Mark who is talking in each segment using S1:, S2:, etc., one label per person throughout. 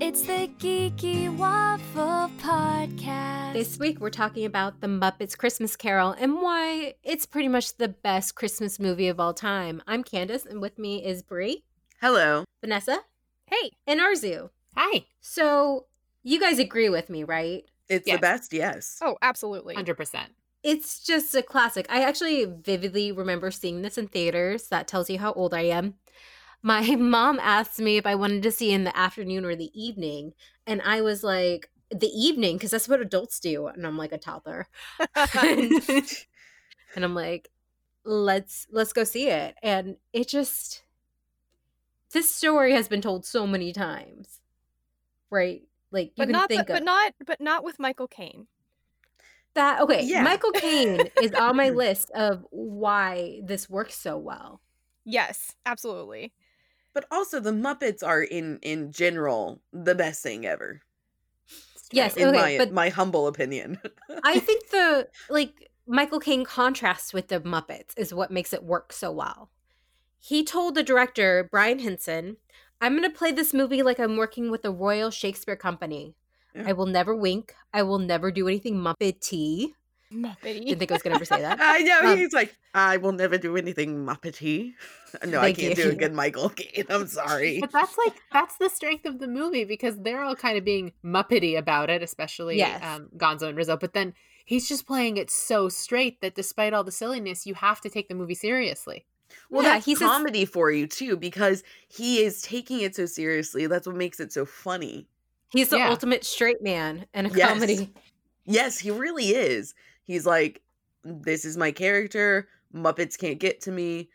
S1: It's the Geeky Waffle Podcast.
S2: This week we're talking about The Muppets Christmas Carol and why it's pretty much the best Christmas movie of all time. I'm Candace and with me is Brie,
S3: Hello.
S2: Vanessa,
S4: Hey,
S2: and Arzu.
S5: Hi.
S2: So, you guys agree with me, right?
S3: It's
S5: Yes.
S3: the best, yes.
S4: oh, absolutely.
S5: 100%.
S2: It's just a classic. I actually vividly remember seeing this in theaters. That tells you how old I am. My mom asked me if I wanted to see in the afternoon or the evening, and I was like, the evening, because that's what adults do. And I'm like a toddler. and I'm like, let's let's go see it. And it just this story has been told so many times, right? Like you
S4: but
S2: can
S4: not, the-
S2: think
S4: but
S2: of
S4: not, but not with Michael Caine.
S2: that. Okay,
S3: Yeah.
S2: Michael Caine is on my list of why this works so well.
S4: Yes, absolutely.
S3: but also the Muppets are in in general the best thing ever.
S2: Yes,
S3: In
S2: okay,
S3: my
S2: but
S3: my humble opinion.
S2: I think the like Michael Caine contrasts with the Muppets is what makes it work so well. He told the director Brian Henson, "I'm going to play this movie like I'm working with the Royal Shakespeare Company.
S3: Yeah.
S2: I will never wink. I will never do anything Muppety." Didn't
S4: Muppety.
S2: think I was going to ever say that.
S3: I know
S2: Um,
S3: he's like, I will never do anything Muppety. no, I
S2: Thank
S3: can't
S2: you.
S3: do a good Michael Caine. I'm sorry.
S5: But that's like, that's the strength of the movie because they're all kind of being muppety about it, especially
S2: Yes.
S5: um, Gonzo and Rizzo. But then he's just playing it so straight that despite all the silliness, you have to take the movie seriously.
S3: Well,
S2: Yeah,
S3: that's
S2: he's a s-
S3: comedy for you too because he is taking it so seriously. That's what makes it so funny.
S2: He's the
S5: Yeah.
S2: ultimate straight man in a
S3: Yes.
S2: comedy.
S3: Yes, he really is. He's like, this is my character. Muppets can't get to me.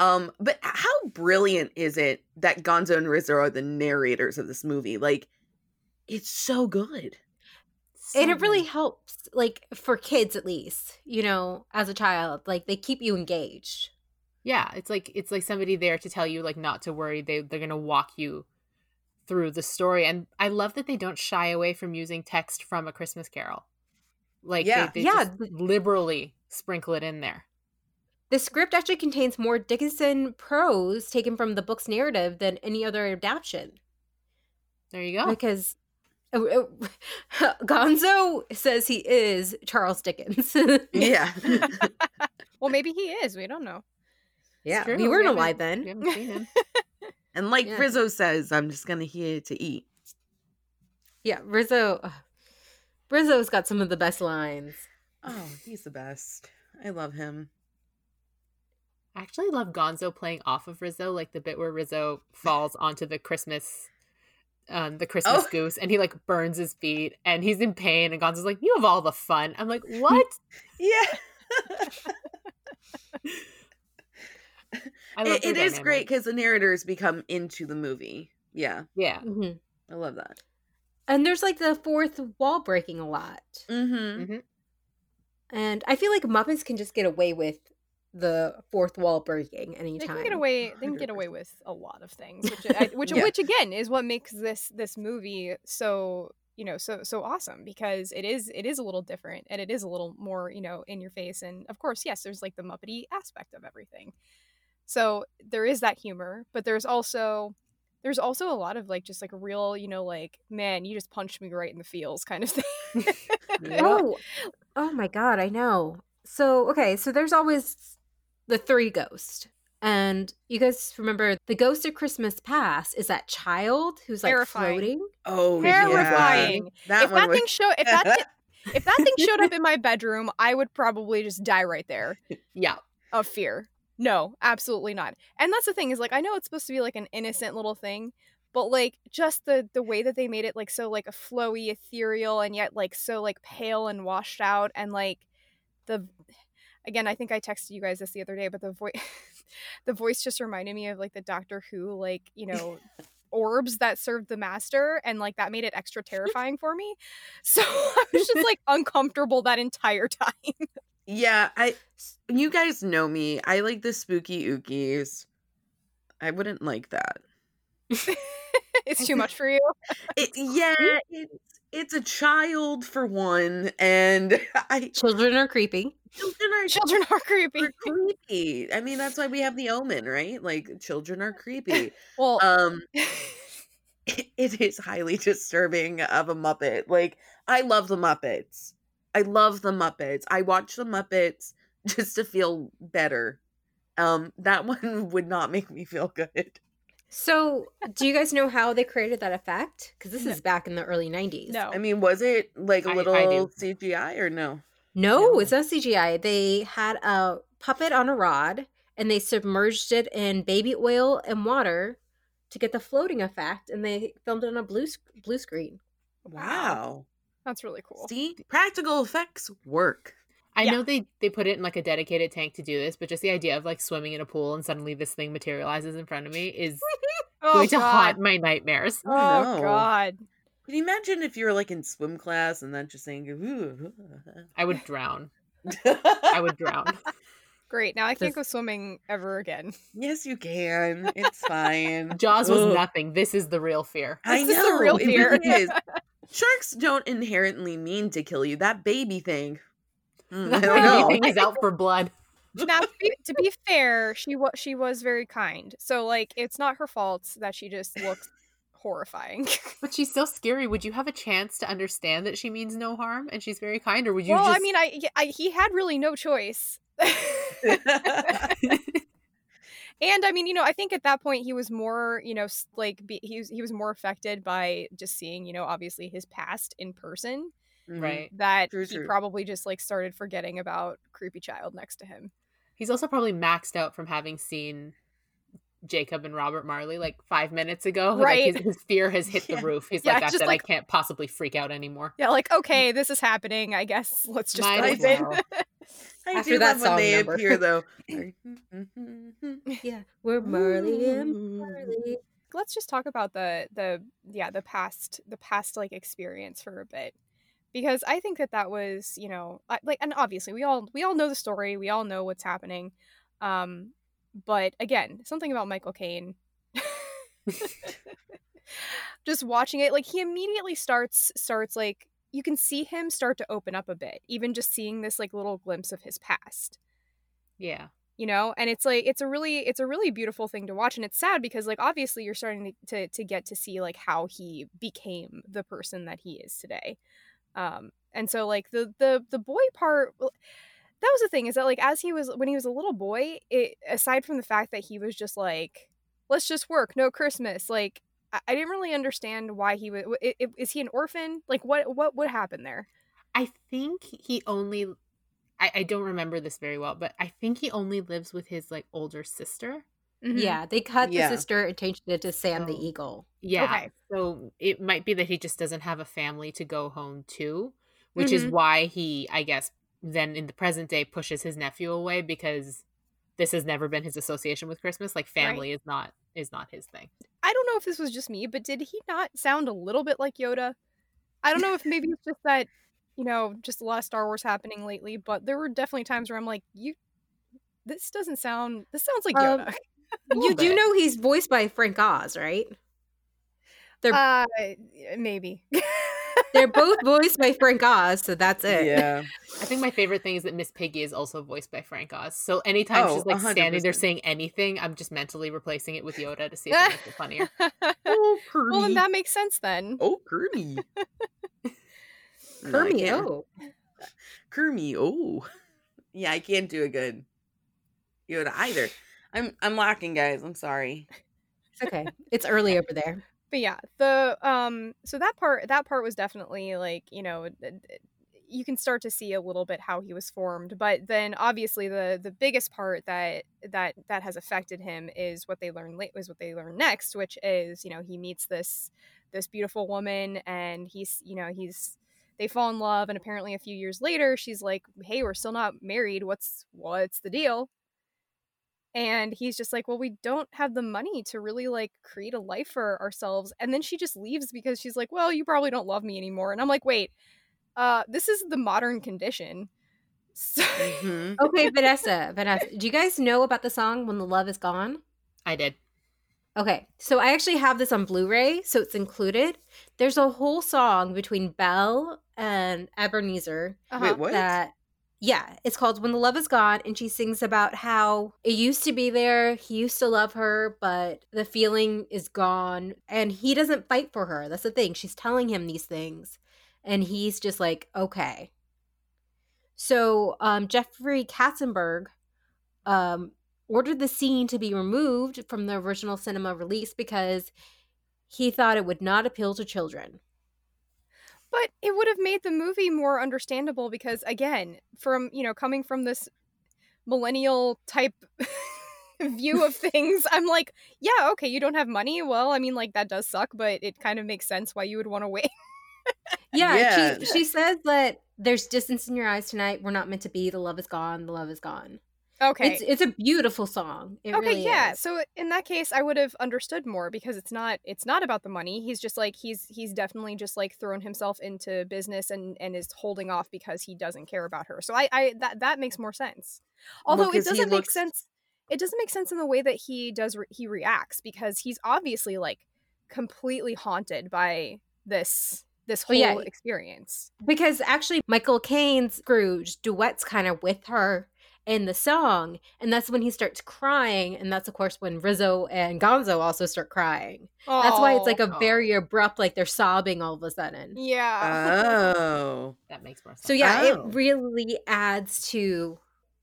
S3: Um, but how brilliant is it that Gonzo and Rizzo are the narrators of this movie? Like, it's so good.
S5: So
S2: and it really
S5: good.
S2: helps like for kids at least, you know, as a child, like they keep you engaged.
S5: yeah, it's like it's like somebody there to tell you like not to worry. They they're gonna walk you through the story, and I love that they don't shy away from using text from A Christmas Carol. Like
S3: Yeah.
S5: they, they
S2: Yeah,
S5: just
S2: th-
S5: liberally sprinkle it in there.
S2: The script actually contains more Dickinson prose taken from the book's narrative than any other adaptation
S5: There you go.
S2: because uh, uh, Gonzo says he is Charles Dickens.
S3: Yeah.
S4: Well, maybe he is. We don't know.
S2: yeah,
S5: It's true.
S2: we weren't
S5: haven't-
S2: alive
S5: We
S2: then.
S5: haven't seen him.
S3: and like
S2: Yeah.
S3: Rizzo says, I'm just going to here to eat.
S2: Yeah, Rizzo. ugh. Rizzo's got some of the best lines.
S3: Oh, he's the best. I love him.
S5: I actually love Gonzo playing off of Rizzo, like the bit where Rizzo falls onto the Christmas, um, the Christmas
S3: Oh.
S5: goose, and he like burns his feet, and he's in pain, and Gonzo's like, "You have all the fun." I'm like, "What?"
S3: Yeah.
S5: I
S3: It-
S5: their
S3: it is
S5: dynamic.
S3: great because the narrators become into the movie. Yeah.
S5: Yeah,
S4: Mm-hmm.
S2: Mhm.
S3: I love that.
S2: And there's like the fourth wall breaking a lot.
S3: Mm-hmm.
S2: And I feel like Muppets can just get away with the fourth wall breaking anytime.
S4: They can get away. They can get away
S3: 100%.
S4: with a lot of things, which, I, which,
S3: Yeah.
S4: which again is what makes this this movie so you know so so awesome because it is it is a little different and it is a little more you know in your face and of course yes there's like the muppety aspect of everything so there is that humor but there's also there's also a lot of like just like real you know like man you just punched me right in the feels kind of thing
S2: Oh, oh my god, I know. So okay, so there's always the three ghosts, and you guys remember the ghost of Christmas Past is that child who's like
S4: Terrifying.
S2: floating.
S3: Oh, yeah.
S4: terrifying
S3: That
S4: if
S3: one
S4: that
S3: was
S4: thing show if that thi- if that thing showed up in my bedroom, I would probably just die right there
S5: yeah.
S4: of fear. No, absolutely not. And that's the thing is like I know it's supposed to be like an innocent little thing, but like just the the way that they made it like so like a flowy, ethereal, and yet like so like pale and washed out, and like the again I think I texted you guys this the other day, but the voice the voice just reminded me of like the Doctor Who like you know orbs that served the master and like that made it extra terrifying for me so i was just like uncomfortable that entire time
S3: Yeah, I you guys know me. I like the spooky ookies. I wouldn't like that.
S4: it's too much for you
S3: It, yeah, it's it's a child for one, and I
S2: Children are creepy.
S3: children are,
S4: children are creepy
S3: are creepy. I Um, mean, that's why we have the omen, right? Like children are creepy.
S4: well
S3: Um, it, it is highly disturbing of a Muppet. Like, I love the Muppets. I love the Muppets. I watch the Muppets just to feel better. Um, that one would not make me feel good.
S2: So, do you guys know how they created that effect? Because this
S4: No.
S2: is back in the early 90s.
S4: No.
S3: I mean, was it like a
S5: Oh. I- I
S3: little
S5: do.
S3: CGI or no?
S2: No,
S5: No.
S2: it's not CGI. They had a puppet on a rod and they submerged it in baby oil and water to get the floating effect and they filmed it on a blue sc- blue screen.
S3: Wow.
S4: That's really cool.
S3: See, practical effects work.
S5: I
S4: Yeah.
S5: know they they put it in like a dedicated tank to do this, but just the idea of like swimming in a pool and suddenly this thing materializes in front of me is
S4: Oh
S5: going to haunt
S4: god.
S5: my nightmares.
S4: Oh
S3: No.
S4: god.
S3: Can you imagine if you were like in swim class and then just saying, "Ooh."
S5: I would drown. I would drown.
S4: Great. Now I can't
S2: This-
S4: go swimming ever again.
S3: yes, you can. It's fine.
S5: Jaws was
S3: Ugh.
S5: nothing. This is the real fear.
S3: I
S4: This is
S3: know.
S4: the real
S3: it
S4: fear.
S3: really is. Sharks don't inherently mean to kill you. That baby thing. Mm, I don't know.
S5: Everything is out for blood.
S4: now to be, to be fair, she was she was very kind. So like it's not her fault that she just looks horrifying.
S5: But she's so scary. Would you have a chance to understand that she means no harm and she's very kind, or would you
S4: well,
S5: just?
S4: I mean, I, I he had really no choice. And I mean, you know, I think at that point he was more, you know, s- like be, he was he was more affected by just seeing, you know, obviously his past in person
S3: Mhm.
S5: right.
S4: that
S3: True,
S4: he
S3: true.
S4: probably just like started forgetting about creepy child next to him.
S5: He's also probably maxed out from having seen Jacob and Robert Marley like five minutes ago. Like,
S4: Right.
S5: his, his fear has hit
S3: Yeah.
S5: the roof. He's
S4: Yeah,
S5: like,
S4: it's
S5: that's
S4: just
S5: it.
S4: like-
S5: I can't possibly freak out anymore.
S4: Yeah, like okay, this is happening. I guess let's just
S5: Might
S4: go
S5: as
S4: with it.
S5: well.
S3: Mm, I
S2: After
S3: do
S2: that
S3: love when
S2: song
S3: they
S2: number.
S3: appear though. "Mm,
S2: Yeah, we're Marley and Marley.
S4: Let's just talk about the the yeah the past the past like experience for a bit because I think that that was you know I- like and obviously we all we all know the story we all know what's happening, um, but again something about Michael Caine. just watching it like he immediately starts starts like you can see him start to open up a bit even just seeing this like little glimpse of his past
S5: Yeah.
S4: you know and it's like it's a really it's a really beautiful thing to watch and it's sad because like obviously you're starting to to, to get to see like how he became the person that he is today um and so like the the the boy part well, that was the thing is that like as he was when he was a little boy it aside from the fact that he was just like let's just work no christmas like i, I didn't really understand why he was i- i- is he an orphan like what what would happen there
S5: I think he only. I, I don't remember this very well, but I think he only lives with his like older sister.
S2: Mm-hmm.
S4: Mm-hmm.
S2: Yeah, they cut
S3: Yeah.
S2: the sister and changed it to Sam the
S5: So-
S2: Eagle.
S5: Yeah.
S4: Okay.
S5: So it might be that he just doesn't have a family to go home to, which is
S4: Mhm.
S5: why he, I guess, then in the present day pushes his nephew away because this has never been his association with Christmas. Like family is not is not his thing.
S4: I don't know if this was just me, but did he not sound a little bit like Yoda? I don't know if maybe it's just that, you know, just a lot of Star Wars happening lately, but there were definitely times where I'm like, you, this doesn't sound, this sounds like
S2: Um,
S4: Yoda.
S2: You
S5: little
S2: do
S5: bit.
S2: know he's voiced by Frank Oz, right? They're
S4: Uh, maybe.
S2: they're both voiced by Frank Oz, so that's it.
S3: Yeah.
S5: I think my favorite thing is that Miss Piggy is also voiced by Frank Oz. So anytime
S3: Oh,
S5: she's like standing there
S3: 100%.
S5: saying anything, I'm just mentally replacing it with Yoda to see if it makes it funnier.
S4: well,
S3: Oh, Kirby.
S4: then that makes sense then.
S3: oh, Kirby. No, I
S2: Kermit.
S3: can't.
S2: Oh,
S3: Kermy. Oh, yeah, I can't do a good Yoda either. I'm I'm lacking, guys. I'm sorry.
S2: it's okay. It's early over there.
S4: but yeah the um so that part that part was definitely like you know d- d- you can start to see a little bit how he was formed but then obviously the the biggest part that that that has affected him is what they learn late was what they learn next which is you know he meets this this beautiful woman and he's you know he's they fall in love and apparently a few years later she's like hey we're still not married what's what's the deal and he's just like well we don't have the money to really like create a life for ourselves and then she just leaves because she's like well you probably don't love me anymore and i'm like wait uh this is the modern condition so
S3: hmm
S2: Okay, Vanessa, Vanessa, do you guys know about the song "When the Love Is Gone"?
S5: I did.
S2: Okay, so I actually have this on Blu-ray, so it's included. There's a whole song between Belle and Ebenezer
S4: uh-huh.
S3: Wait, what?
S2: that Yeah, it's called When the Love Is Gone, and she sings about how it used to be there. He used to love her, but the feeling is gone, and he doesn't fight for her. That's the thing. She's telling him these things, and he's just like, okay. So um, Jeffrey Katzenberg um, ordered the scene to be removed from the original cinema release because he thought it would not appeal to children.
S4: But it would have made the movie more understandable because again, from you know, coming from this millennial type view of things, I'm like, yeah, okay, you don't have money. Well, I mean like that does suck, but it kind of makes sense why you would want to wait.
S2: Yeah,
S3: Yeah.
S2: She, she says that there's distance in your eyes tonight. We're not meant to be. The love is gone. The love is gone.
S4: okay.
S2: It's it's a beautiful song. It
S4: okay,
S2: really
S4: yeah.
S2: is.
S4: So in that case, I would have understood more because it's not it's not about the money. He's just like he's he's definitely just like thrown himself into business and and is holding off because he doesn't care about her. So I I that that makes more sense.
S3: Well,
S4: Although
S3: 'cause he
S4: it doesn't make
S3: looks-
S4: sense. It doesn't make sense in the way that he does re- he reacts because he's obviously like completely haunted by this this
S2: Oh,
S4: whole
S2: yeah.
S4: experience.
S2: because actually Michael Caine's Scrooge duets kind of with her in the song, and that's when he starts crying, and that's of course when Rizzo and Gonzo also start crying. That's why it's like a
S5: Aw.
S2: very abrupt, like they're sobbing all of a Uh-huh. sudden.
S4: yeah.
S3: Oh.
S5: That makes more sense.
S2: So yeah,
S3: Oh.
S2: it really adds to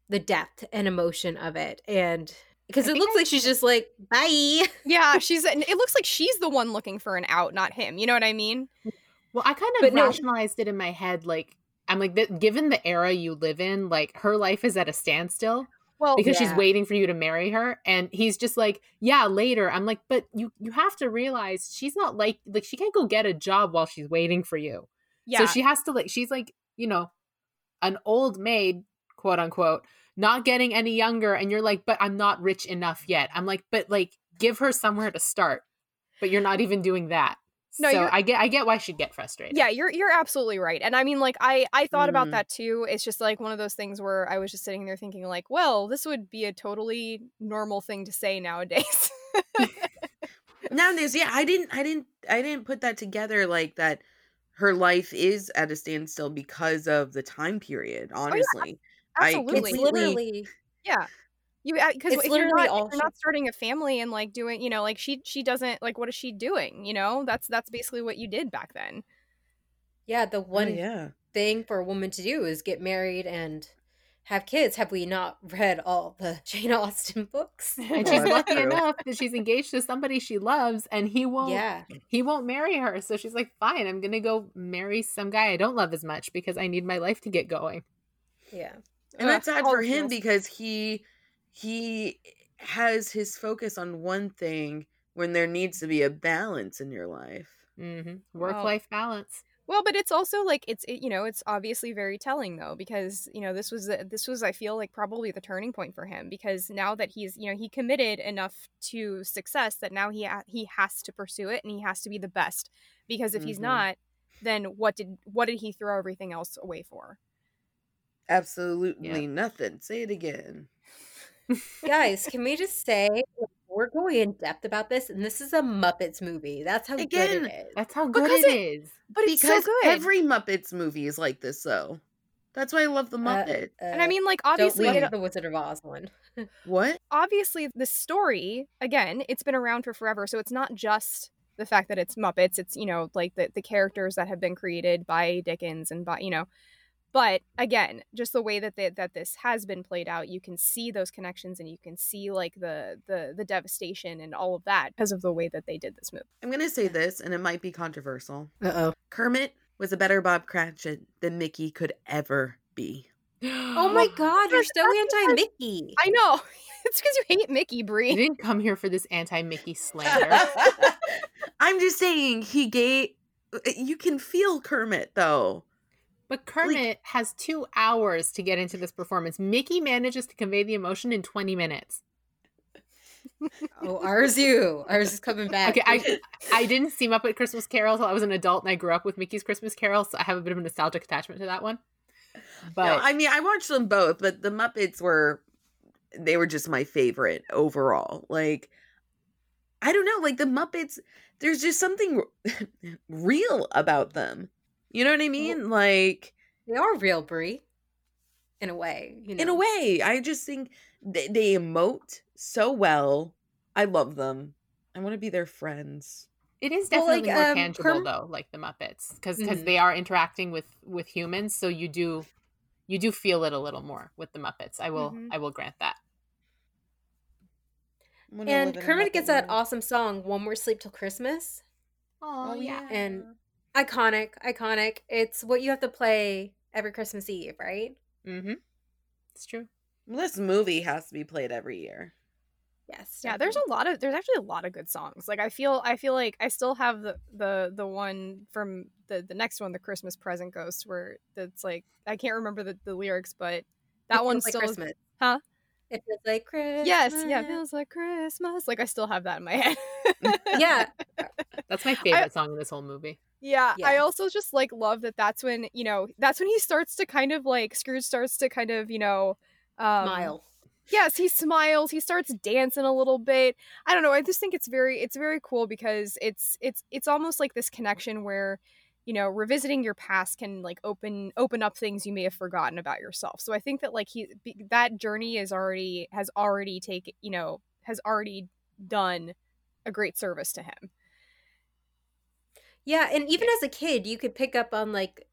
S2: the depth and emotion of it, and because
S5: I
S2: it
S5: think
S2: looks
S5: I-
S2: like she's just like bye.
S4: yeah, she's and it looks like she's the one looking for an out, not him. You know what I mean?
S5: Well, I kind
S2: But
S5: of
S2: no-
S5: rationalized it in my head. Like, I'm like, th- given the era you live in, like her life is at a standstill
S4: Well,
S5: because
S2: yeah.
S5: she's waiting for you to marry her, and he's just like, yeah, later. I'm like, but you you have to realize she's not like like she can't go get a job while she's waiting for you.
S4: yeah.
S5: So she has to like she's like you know, an old maid, quote unquote, not getting any younger, and you're like, but I'm not rich enough yet. I'm like, but like give her somewhere to start, but you're not even doing that.
S4: No,
S5: so
S4: you're-
S5: I get I get why she'd get frustrated.
S4: yeah you're you're absolutely right and i mean like i i thought about
S3: Mm.
S4: that too it's just like one of those things where i was just sitting there thinking like well this would be a totally normal thing to say nowadays
S3: Nowadays, yeah, I didn't I didn't I didn't put that together like that her life is at a standstill because of the time period, honestly. I
S4: absolutely
S2: It's
S3: completely-
S2: literally
S4: yeah you because
S2: It's
S4: if you're
S2: literally
S4: not,
S2: all
S4: if you're not starting a family and like doing you know like she she doesn't like what is she doing you know that's that's basically what you did back then
S2: yeah. The
S3: One
S2: one
S3: Oh, yeah.
S2: thing for a woman to do is get married and have kids. Have we not read all the Jane Austen books?
S5: and
S3: Well,
S5: she's
S3: that's
S5: lucky
S3: true.
S5: enough that she's engaged to somebody she loves and he won't
S2: yeah.
S5: he won't marry her so she's like fine i'm gonna go marry some guy i don't love as much because i need my life to get going
S2: Yeah.
S3: And
S4: Ugh,
S3: that's sad
S4: all
S3: for
S4: the
S3: him
S4: feels.
S3: because he he has his focus on one thing when there needs to be a balance in your life.
S5: hmm
S4: Well-
S5: work-life balance
S4: Well, but it's also like it's it, you know it's obviously very telling though because you know this was the- this was I feel like probably the turning point for him because now that he's you know he committed enough to success that now he ha- he has to pursue it and he has to be the best because if he's
S3: Mhm.
S4: not then what did what did he throw everything else away for?
S3: Absolutely nothing. Say it again.
S2: Guys, can we just say we're going in depth about this and this is a Muppets movie. That's how
S3: Again,
S2: good it is.
S5: that's how good
S4: Because
S5: it is
S4: But it's
S3: because
S4: so good.
S3: every Muppets movie is like this though. That's why I love the Muppet.
S4: and I mean like obviously
S2: Uh, don't
S4: it
S2: love the Wizard of Oz one.
S3: what?
S4: obviously the story again it's been around for forever so it's not just the fact that it's muppets it's you know like the, the characters that have been created by dickens and by you know but again just the way that they, that this has been played out you can see those connections and you can see like the the the devastation and all of that because of the way that they did this movie
S3: I'm gonna say this, and it might be controversial.
S2: Uh oh.
S3: Kermit was a better Bob Cratchit than Mickey could ever be.
S2: Oh my god, you're
S4: gosh,
S2: so anti Mickey.
S4: i know it's because you hate mickey
S5: you
S4: brie
S5: didn't come here for this anti-mickey slander
S3: I'm just saying he gave. uh, You can feel Kermit though.
S5: but kermit has two hours to get into this performance mickey manages to convey the emotion in 20 minutes
S2: Oh, ours you. Ours is coming back.
S5: okay i i didn't see muppet christmas carol till i was an adult and i grew up with mickey's christmas carol so i have a bit of a nostalgic attachment to that one but
S3: no, I mean I watched them both, but the Muppets were they were just my favorite overall. Like I don't know, like the Muppets, there's just something Oh. real about them. You know what I mean? Like
S2: they are real, Brie. in a way. You know?
S3: in a way i just think they, they emote so well i love them i want to be their friends
S5: It is
S2: Well, like,
S5: definitely more
S2: um,
S5: tangible
S2: Kerm-
S5: though, like the Muppets, because
S2: Mhm.
S5: they are interacting with with humans, so you do you do feel it a little more with the Muppets. I will
S2: Mm-hmm.
S4: Mhm.
S5: I will grant that.
S3: I wanna live
S2: And
S3: in a
S2: Kermit
S3: Muppet
S2: gets that
S3: world.
S2: awesome song, One More Sleep Till Christmas.
S5: Oh,
S2: And iconic, iconic. It's what you have to play every Christmas Eve, right?
S5: mm-hmm. It's true.
S3: Well, this movie has to be played every year
S2: Yes.
S4: Yeah, there's a lot of there's actually a lot of good songs. Like I feel I feel like I still have the the the one from the the next one, the Christmas Present Ghost, where that's like I can't remember the, the lyrics, but that one's
S2: like
S4: still
S2: Christmas.
S4: Huh?
S2: It feels like Christmas.
S4: yes, yeah, it feels like Christmas. Like I still have that in my head.
S2: Mm-hmm. yeah.
S5: That's my favorite song in this whole movie.
S4: Yeah, I
S2: Yeah.
S4: also just like love that that's when, you know, that's when he starts to kind of like Scrooge starts to kind of, you know, um
S2: Mile.
S4: Yes, he smiles, he starts dancing a little bit. I don't know, I just think it's very it's very cool because it's it's it's almost like this connection where you know, revisiting your past can like open open up things you may have forgotten about yourself. So I think that like he be- that journey is already has already taken, you know, has already done a great service to him.
S2: Yeah, and even as a kid, you could pick up on like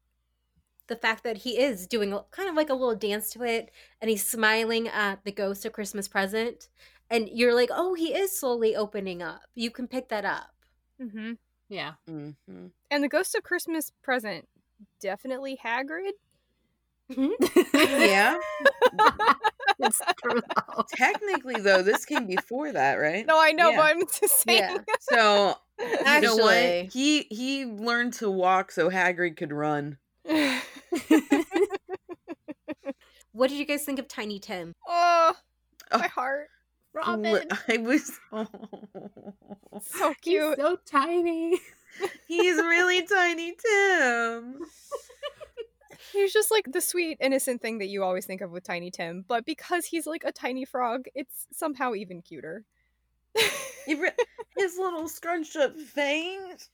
S2: the fact that he is doing a- kind of like a little dance to it, and he's smiling at the ghost of Christmas present, and you're like, oh, he is slowly opening up. You can pick that up.
S4: Mhm.
S5: Yeah.
S3: hmm
S4: And the Ghost of Christmas Present, definitely Hagrid.
S3: yeah
S5: It's true.
S3: technically though this came before that right
S4: No, I know,
S3: Yeah.
S4: but I'm just saying.
S2: Yeah,
S3: so you know what
S2: Actually-
S3: he he learned to walk so hagrid could run
S4: Oh,
S2: What did you guys think of Tiny Tim?
S4: oh, my
S3: Oh.
S4: heart.
S5: Robin.
S3: i was oh.
S4: So
S5: He's
S4: cute.
S5: so tiny.
S3: he's really tiny tim
S4: He's just like the sweet, innocent thing that you always think of with Tiny Tim, but because he's like a tiny frog, it's somehow even cuter.
S3: It re- his little scrunched up fangs.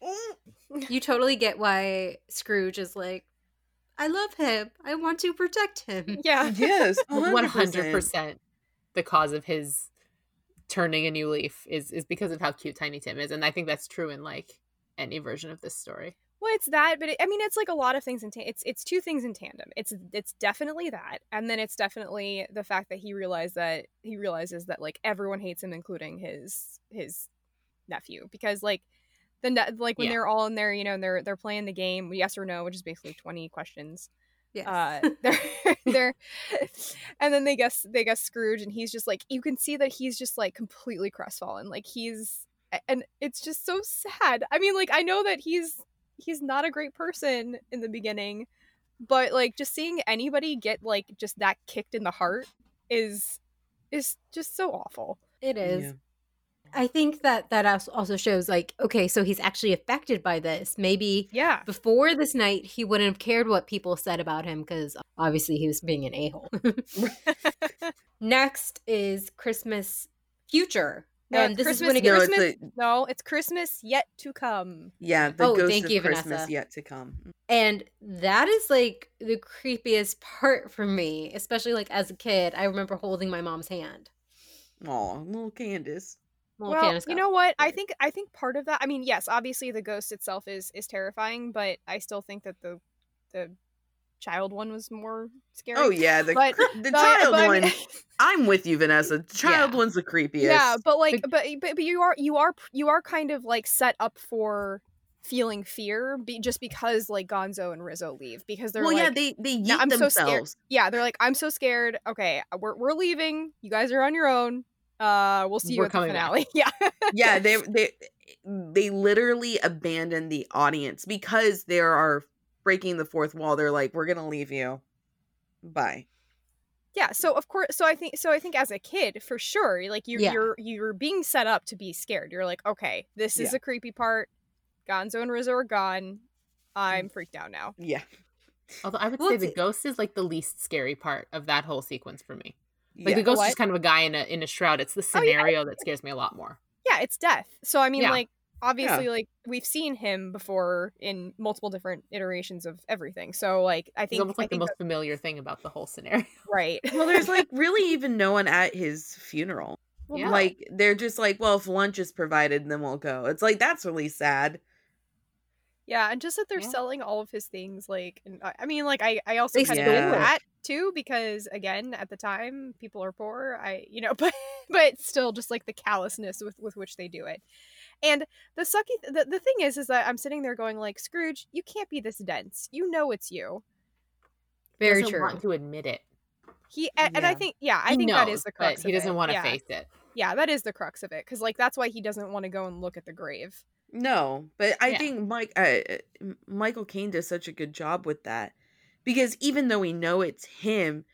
S3: Mm.
S2: You totally get why Scrooge is like, I love him. I want to protect him.
S4: yeah.
S3: Yes,
S5: One hundred percent. The cause of his turning a new leaf is is because of how cute Tiny Tim is, and I think that's true in like any version of this story.
S4: Well, it's that, but it, I mean, it's like a lot of things in ta- it's it's two things in tandem. It's it's definitely that, and then it's definitely the fact that he realized that he realizes that like everyone hates him, including his his nephew, because like the ne- like when
S5: Yeah.
S4: they're all in there, you know, and they're they're playing the game, yes or no, which is basically twenty questions.
S2: Yes.
S4: Uh, they're they're, and then they guess they guess Scrooge, and he's just like you can see that he's just like completely crestfallen, like he's and it's just so sad. I mean, like I know that he's he's not a great person in the beginning, but like just seeing anybody get like just that kicked in the heart is is just so awful.
S2: it is.
S3: Yeah.
S2: I think that that als- also shows like, okay, so he's actually affected by this. Maybe
S4: Yeah.
S2: before this night, he wouldn't have cared what people said about him because obviously he was being an a hole. Next is Christmas Future.
S4: No,
S2: Um,
S4: it's
S2: this
S4: Christmas
S2: is when it
S4: Future.
S2: goes.
S3: No, it's a,
S4: No, it's Christmas yet to come.
S3: yeah, the
S2: Oh,
S3: ghost
S2: thank
S3: of
S2: you,
S3: Christmas
S2: Vanessa.
S3: yet to come.
S2: And that is like the creepiest part for me, especially like as a kid. I remember holding my mom's hand.
S3: Oh, little Candace.
S2: Little
S4: well,
S2: Candace
S4: you
S2: got-
S4: know what? I think I think part of that. I mean, yes, obviously the ghost itself is is terrifying, but I still think that the the child one was more scary.
S3: Oh yeah, the
S4: But-
S3: cre- the
S4: But- uh,
S3: child
S4: but I mean-
S3: one. I'm with you, Vanessa. The child
S5: Yeah.
S3: one's the creepiest.
S4: Yeah, but like,
S5: But-
S4: but, but but you are you are you are kind of like set up for feeling fear be, just because like Gonzo and Rizzo leave because they're
S3: well,
S4: like,
S3: yeah, they they yeet
S4: "No, I'm so scared."
S3: themselves.
S4: yeah, they're like, I'm so scared. Okay, uh, we're we're leaving. You guys are on your own. Uh, we'll see you
S5: We're
S4: at the
S5: coming back."
S4: finale. Yeah,
S3: yeah, they they they literally abandon the audience because they are breaking the fourth wall. They're like, we're gonna leave you. Bye.
S4: yeah. So of course, so I think so. I think as a kid, for sure, like you
S2: Yeah.
S4: you're you're being set up to be scared. You're like, okay, this is
S3: Yeah.
S4: the creepy part. Gonzo and Rizzo are gone. I'm freaked out now.
S3: Yeah.
S5: Although I would
S2: Well,
S5: say
S2: it's-
S5: the ghost is like the least scary part of that whole sequence for me. Like
S3: yeah.
S5: the ghost is
S4: What?
S5: kind of a guy in a in a shroud. It's the
S4: Oh, yeah.
S5: scenario that scares me a lot more.
S4: Yeah, it's death. So I mean,
S5: Yeah.
S4: like, obviously like we've seen him before in multiple different iterations of everything. So like I
S5: It's
S4: think,
S5: almost
S4: I
S5: like the
S4: think
S5: most familiar thing about the whole scenario.
S4: that's right.
S3: Well, there's like really even no one at his funeral.
S5: Yeah.
S3: Like they're just like, well, if lunch is provided, then we'll go. It's like that's really sad.
S4: Yeah, and just that they're
S5: Yeah.
S4: selling all of his things, like, and I, I mean, like, I, I also
S2: They
S4: kind of
S3: still
S4: get
S3: are.
S4: that too, because again, at the time, people are poor. I, you know, but but still, just like the callousness with with which they do it, and the sucky. The, the thing is, is that I'm sitting there going, like, Scrooge, you can't be this dense. You know, it's you.
S5: He
S2: Very
S5: doesn't
S2: true.
S5: want to admit it.
S4: He a- and I
S3: Yeah.
S4: think, yeah, I
S5: He
S4: think that
S5: knows,
S4: is the
S5: but
S4: crux.
S5: he
S4: of
S5: doesn't
S4: it.
S5: want to
S4: yeah.
S5: face it.
S4: Yeah, that is the crux of it, because like that's why he doesn't want to go and look at the grave.
S3: No, but I
S5: Yeah.
S3: think Mike uh, uh, Michael Caine does such a good job with that because even though we know it's him,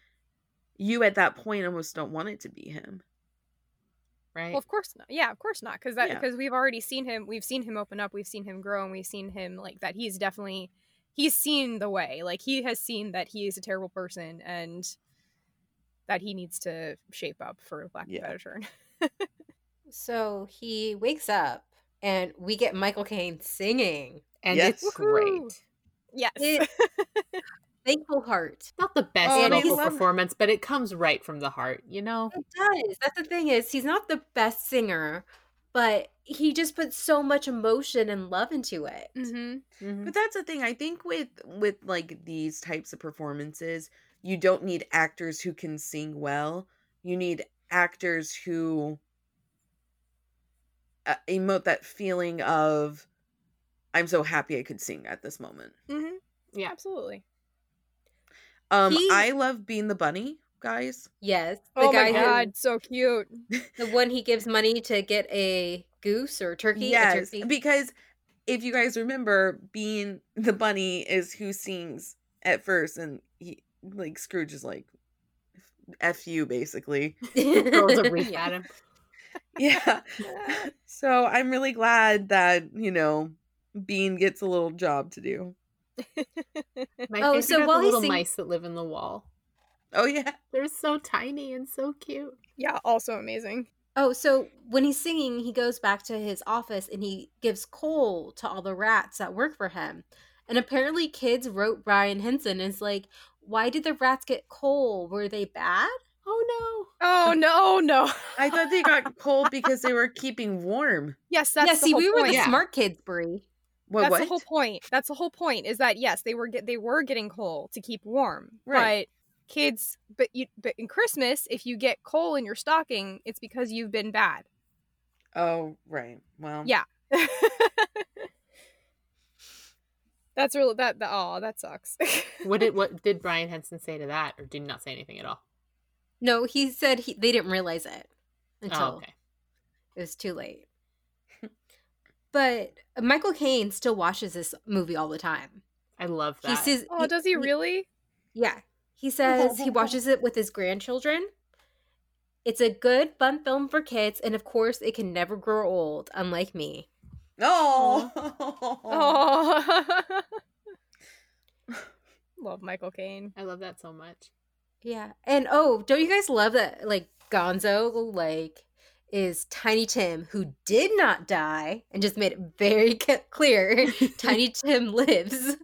S3: you at that point almost don't want it to be him.
S5: Right.
S4: Well, of course not. Yeah, of course not. Because that
S3: Yeah.
S4: because we've already seen him. We've seen him open up. We've seen him grow, and we've seen him like that. He's definitely he's seen the way. Like he has seen that he is a terrible person and that he needs to shape up, for lack of
S3: Yeah.
S4: a better term.
S2: So he wakes up and we get Michael Caine singing.
S5: and
S3: Yes.
S5: it's great.
S4: Woohoo. Yes.
S2: It- Thankful heart.
S5: Not the best
S3: Oh,
S2: and
S5: vocal
S2: he's-
S5: performance, but it comes right from the heart, you know?
S2: It does. That's the thing is he's not the best singer, but he just puts so much emotion and love into it.
S4: Mhm.
S5: Mhm.
S3: But that's the thing. I think with with like these types of performances, you don't need actors who can sing well. You need actors who uh, emote that feeling of I'm so happy I could sing at this moment.
S2: mm-hmm.
S4: Mhm.
S5: Yeah.
S4: Absolutely.
S3: Um
S2: He-
S3: I love being the bunny, guys.
S2: Yes. The
S4: oh
S2: guy
S4: my
S2: who-
S4: god, so cute.
S2: the one he gives money to get a goose or turkey. a
S3: Yes,
S2: turkey.
S3: because if you guys remember, being the bunny is who sings at first, and he like Scrooge is like, "F you," basically.
S5: Throws a wreath
S2: Yeah.
S5: at him.
S3: Yeah. so I'm really glad that you know Bean gets a little job to do.
S5: My
S2: Oh,
S5: favorite
S2: so
S5: are the
S2: while he
S5: little
S2: sing-
S5: mice that live in the wall.
S3: Oh yeah,
S5: They're so tiny and so cute.
S4: yeah, also amazing.
S2: Oh, so when he's singing, he goes back to his office and he gives coal to all the rats that work for him. And apparently, kids wrote Brian Henson is like, why did the rats get coal? Were they bad?
S5: Oh
S4: Oh no, no.
S3: I thought they got cold because they were keeping warm.
S4: yes, that's
S2: yeah,
S4: the
S2: see,
S4: whole
S2: we were
S4: point.
S2: the
S5: Yeah.
S2: smart kids, Brie.
S3: What?
S4: That's
S3: what?
S4: the whole point. That's the whole point is that yes, they were get they were getting coal to keep warm.
S3: Right.
S4: But kids, but you but in Christmas, if you get coal in your stocking, it's because you've been bad.
S3: oh right. Well.
S4: Yeah. that's real. That the oh that sucks.
S5: no. What did what did Brian Henson say to that? Or did he not say anything at all?
S2: No, he said he, they didn't realize it until
S5: Oh, okay.
S2: it was too late. but Michael Caine still watches this movie all the time.
S5: I love that.
S2: He says,
S4: oh, does he really?
S2: Yeah. He says he watches it with his grandchildren. It's a good, fun film for kids, and of course, it can never grow old, unlike me.
S3: Oh.
S4: Oh. Love Michael Caine.
S5: I love that so much.
S2: Yeah. And oh, don't you guys love that, like, Gonzo, like, is Tiny Tim, who did not die, and just made it very c- clear Tiny Tim lives.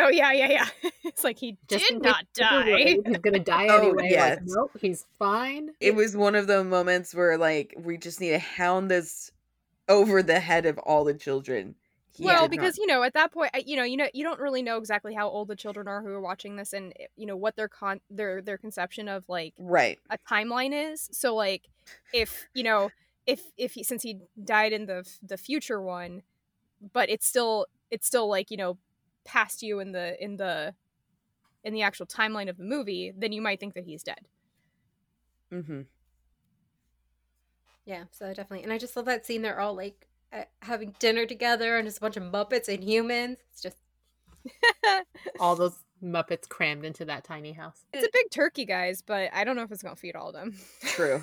S4: Oh yeah, yeah, yeah. It's like he
S5: Just in
S4: did
S5: case
S4: not
S5: people were
S4: die.
S5: worried He's gonna die
S3: Oh,
S5: anyway. Like,
S3: yes.
S5: nope, he's fine.
S3: It was one of the moments where like we just need to hound this over the head of all the children. He did
S4: well
S3: not-
S4: because you know at that point I- you know you know you don't really know exactly how old the children are who are watching this and eh, you know what their con their their conception of like
S3: right.
S4: a timeline is so like if you know if if he, since he died in the f- the future one but it's still it's still like you know past you in the in the in the actual timeline of the movie then you might think that he's dead
S3: hmm
S2: Yeah, so definitely. And I just love that scene. They're all, like, uh, having dinner together, and it's a bunch of Muppets and humans. It's just,
S5: All those Muppets crammed into that tiny house.
S4: it's a big turkey guys but i don't know if it's gonna feed all of them
S3: True.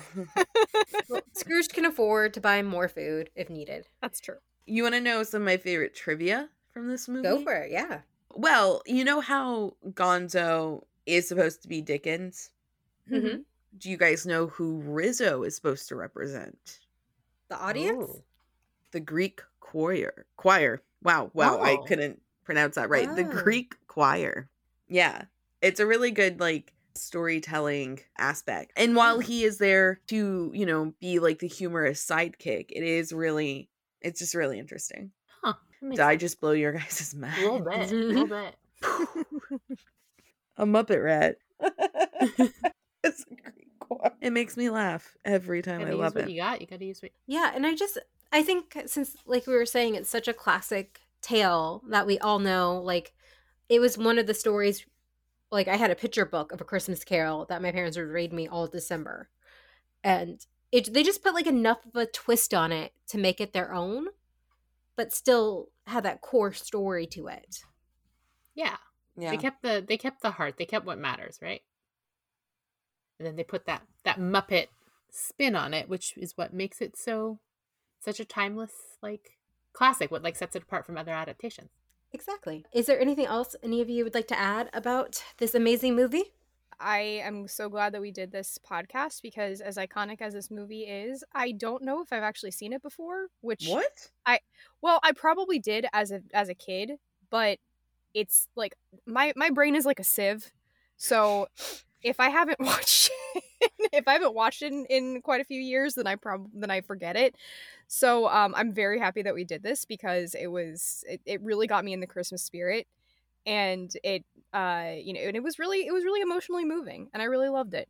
S2: well, Scrooge can afford to buy more food if needed.
S4: that's true
S3: you want to know some of my favorite trivia from this movie?
S2: Go for it, yeah.
S3: Well, you know how Gonzo is supposed to be Dickens?
S2: Mhm.
S3: Do you guys know who Rizzo is supposed to represent?
S2: The audience?
S5: Ooh.
S3: the Greek choir. Choir. Wow. Wow. I
S5: Oh.
S3: couldn't pronounce that right. The
S2: Wow.
S3: Greek choir. Yeah. It's a really good, like, storytelling aspect. And while he is there to, you know, be like the humorous sidekick, it is really, it's just really interesting. Did I just blow your guys'
S5: a little
S3: mind?
S5: bit, a little bit.
S3: a Muppet rat. it's a Greek choir. It makes me laugh every time. I
S5: Gotta use
S3: love
S5: what
S3: it.
S5: you got. You gotta use what.
S2: Yeah, and I just I think since like we were saying it's such a classic tale that we all know, like it was one of the stories like I had a picture book of a Christmas carol that my parents would read me all December. And it they just put like enough of a twist on it to make it their own, but still had that core story to it.
S5: Yeah.
S3: yeah.
S5: They kept the they kept the heart. They kept what matters, right? And then they put that that Muppet spin on it, which is what makes it so such a timeless like classic. What like sets it apart from other adaptations.
S2: Exactly. Is there anything else any of you would like to add about this amazing movie?
S4: I am so glad that we did this podcast because, as iconic as this movie is, I don't know if I've actually seen it before. Which,
S3: What?
S4: well, I probably did as a as a kid, but it's like my my brain is like a sieve. So if I haven't watched, it- if I haven't watched it in, in quite a few years, then I probably then I forget it. So um, I'm very happy that we did this because it was it, it really got me in the Christmas spirit, and it uh you know and it was really it was really emotionally moving, and I really loved it.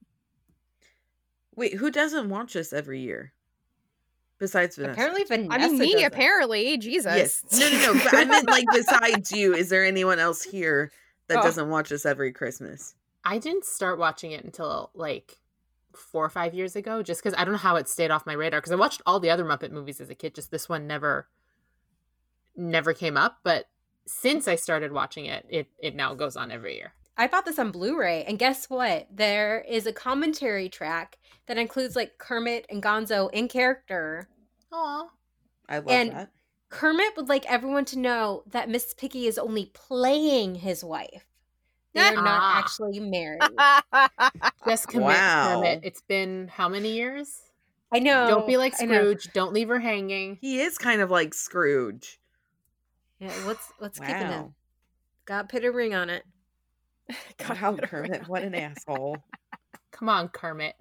S3: Wait, who doesn't watch this every year? Besides Vanessa.
S2: Apparently Vanessa
S4: I mean, me
S2: doesn't.
S4: apparently, Jesus.
S3: Yes. No, no, no. But I meant like besides you, is there anyone else here that
S4: Oh.
S3: doesn't watch this every Christmas?
S5: I didn't start watching it until like four or five years ago, just because I don't know how it stayed off my radar. Because I watched all the other Muppet movies as a kid, just this one never, never came up. But since I started watching it, it it now goes on every year.
S2: I bought this on Blu-ray, and guess what? There is a commentary track that includes like Kermit and Gonzo in character.
S5: Aw,
S3: I love
S2: And-
S3: that.
S2: Kermit would like everyone to know that Miss Piggy is only playing his wife. They're
S5: Ah.
S2: not actually married.
S5: just commit,
S3: Wow.
S5: Kermit. It's been how many years?
S2: I know.
S5: don't be like
S2: Oh, I know.
S5: Scrooge. Don't leave her hanging.
S3: He is kind of like Scrooge.
S2: Yeah, what's what's keeping him?
S3: Wow.
S2: Got put a ring on it.
S3: Wow, Kermit, what an asshole.
S5: Come on, Kermit.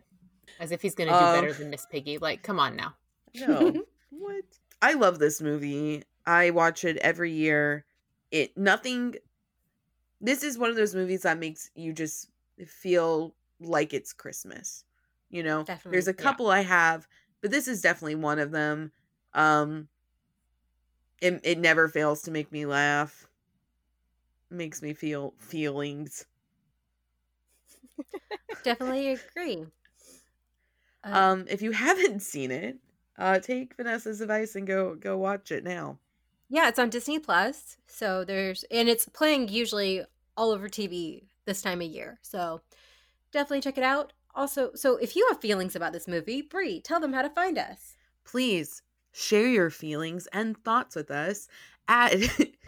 S5: As if he's gonna do
S3: Um,
S5: better than Miss Piggy. Like, come on now.
S3: No. what? I love this movie. I watch it every year. It nothing This is one of those movies that makes you just feel like it's Christmas. You know? There's
S2: Definitely,
S3: a
S2: yeah.
S3: couple I have, but this is definitely one of them. Um it, it never fails to make me laugh. Makes me feel feelings.
S2: Definitely agree. Uh,
S3: Um if you haven't seen it, uh take Vanessa's advice and go go watch it now.
S2: yeah, it's on Disney Plus. So there's and it's playing usually all over TV this time of year. So definitely check it out. Also, so if you have feelings about this movie, Bree, tell them how to find us.
S3: please share your feelings and thoughts with us at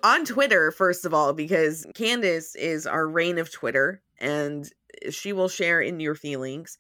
S3: on Twitter first of all because Candace is our reign of Twitter and she will share in your feelings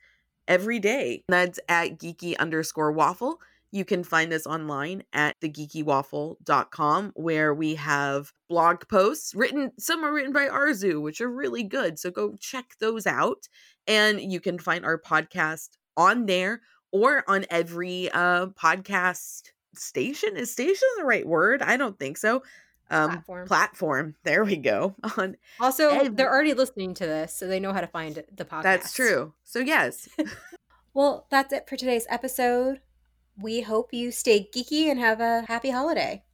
S3: every day. That's at geeky underscore waffle. You can find us online at thegeekywaffle.com where we have blog posts written, some are written by Arzu, which are really good. So go check those out. And you can find our podcast on there or on every uh podcast station is station the right word i don't think so um platform,
S2: Platform.
S3: there we go on
S2: Also,
S3: Ev-
S2: they're already listening to this, so they know how to find the podcast.
S3: that's true so yes
S2: Well, that's it for today's episode. We hope you stay geeky and have a happy holiday.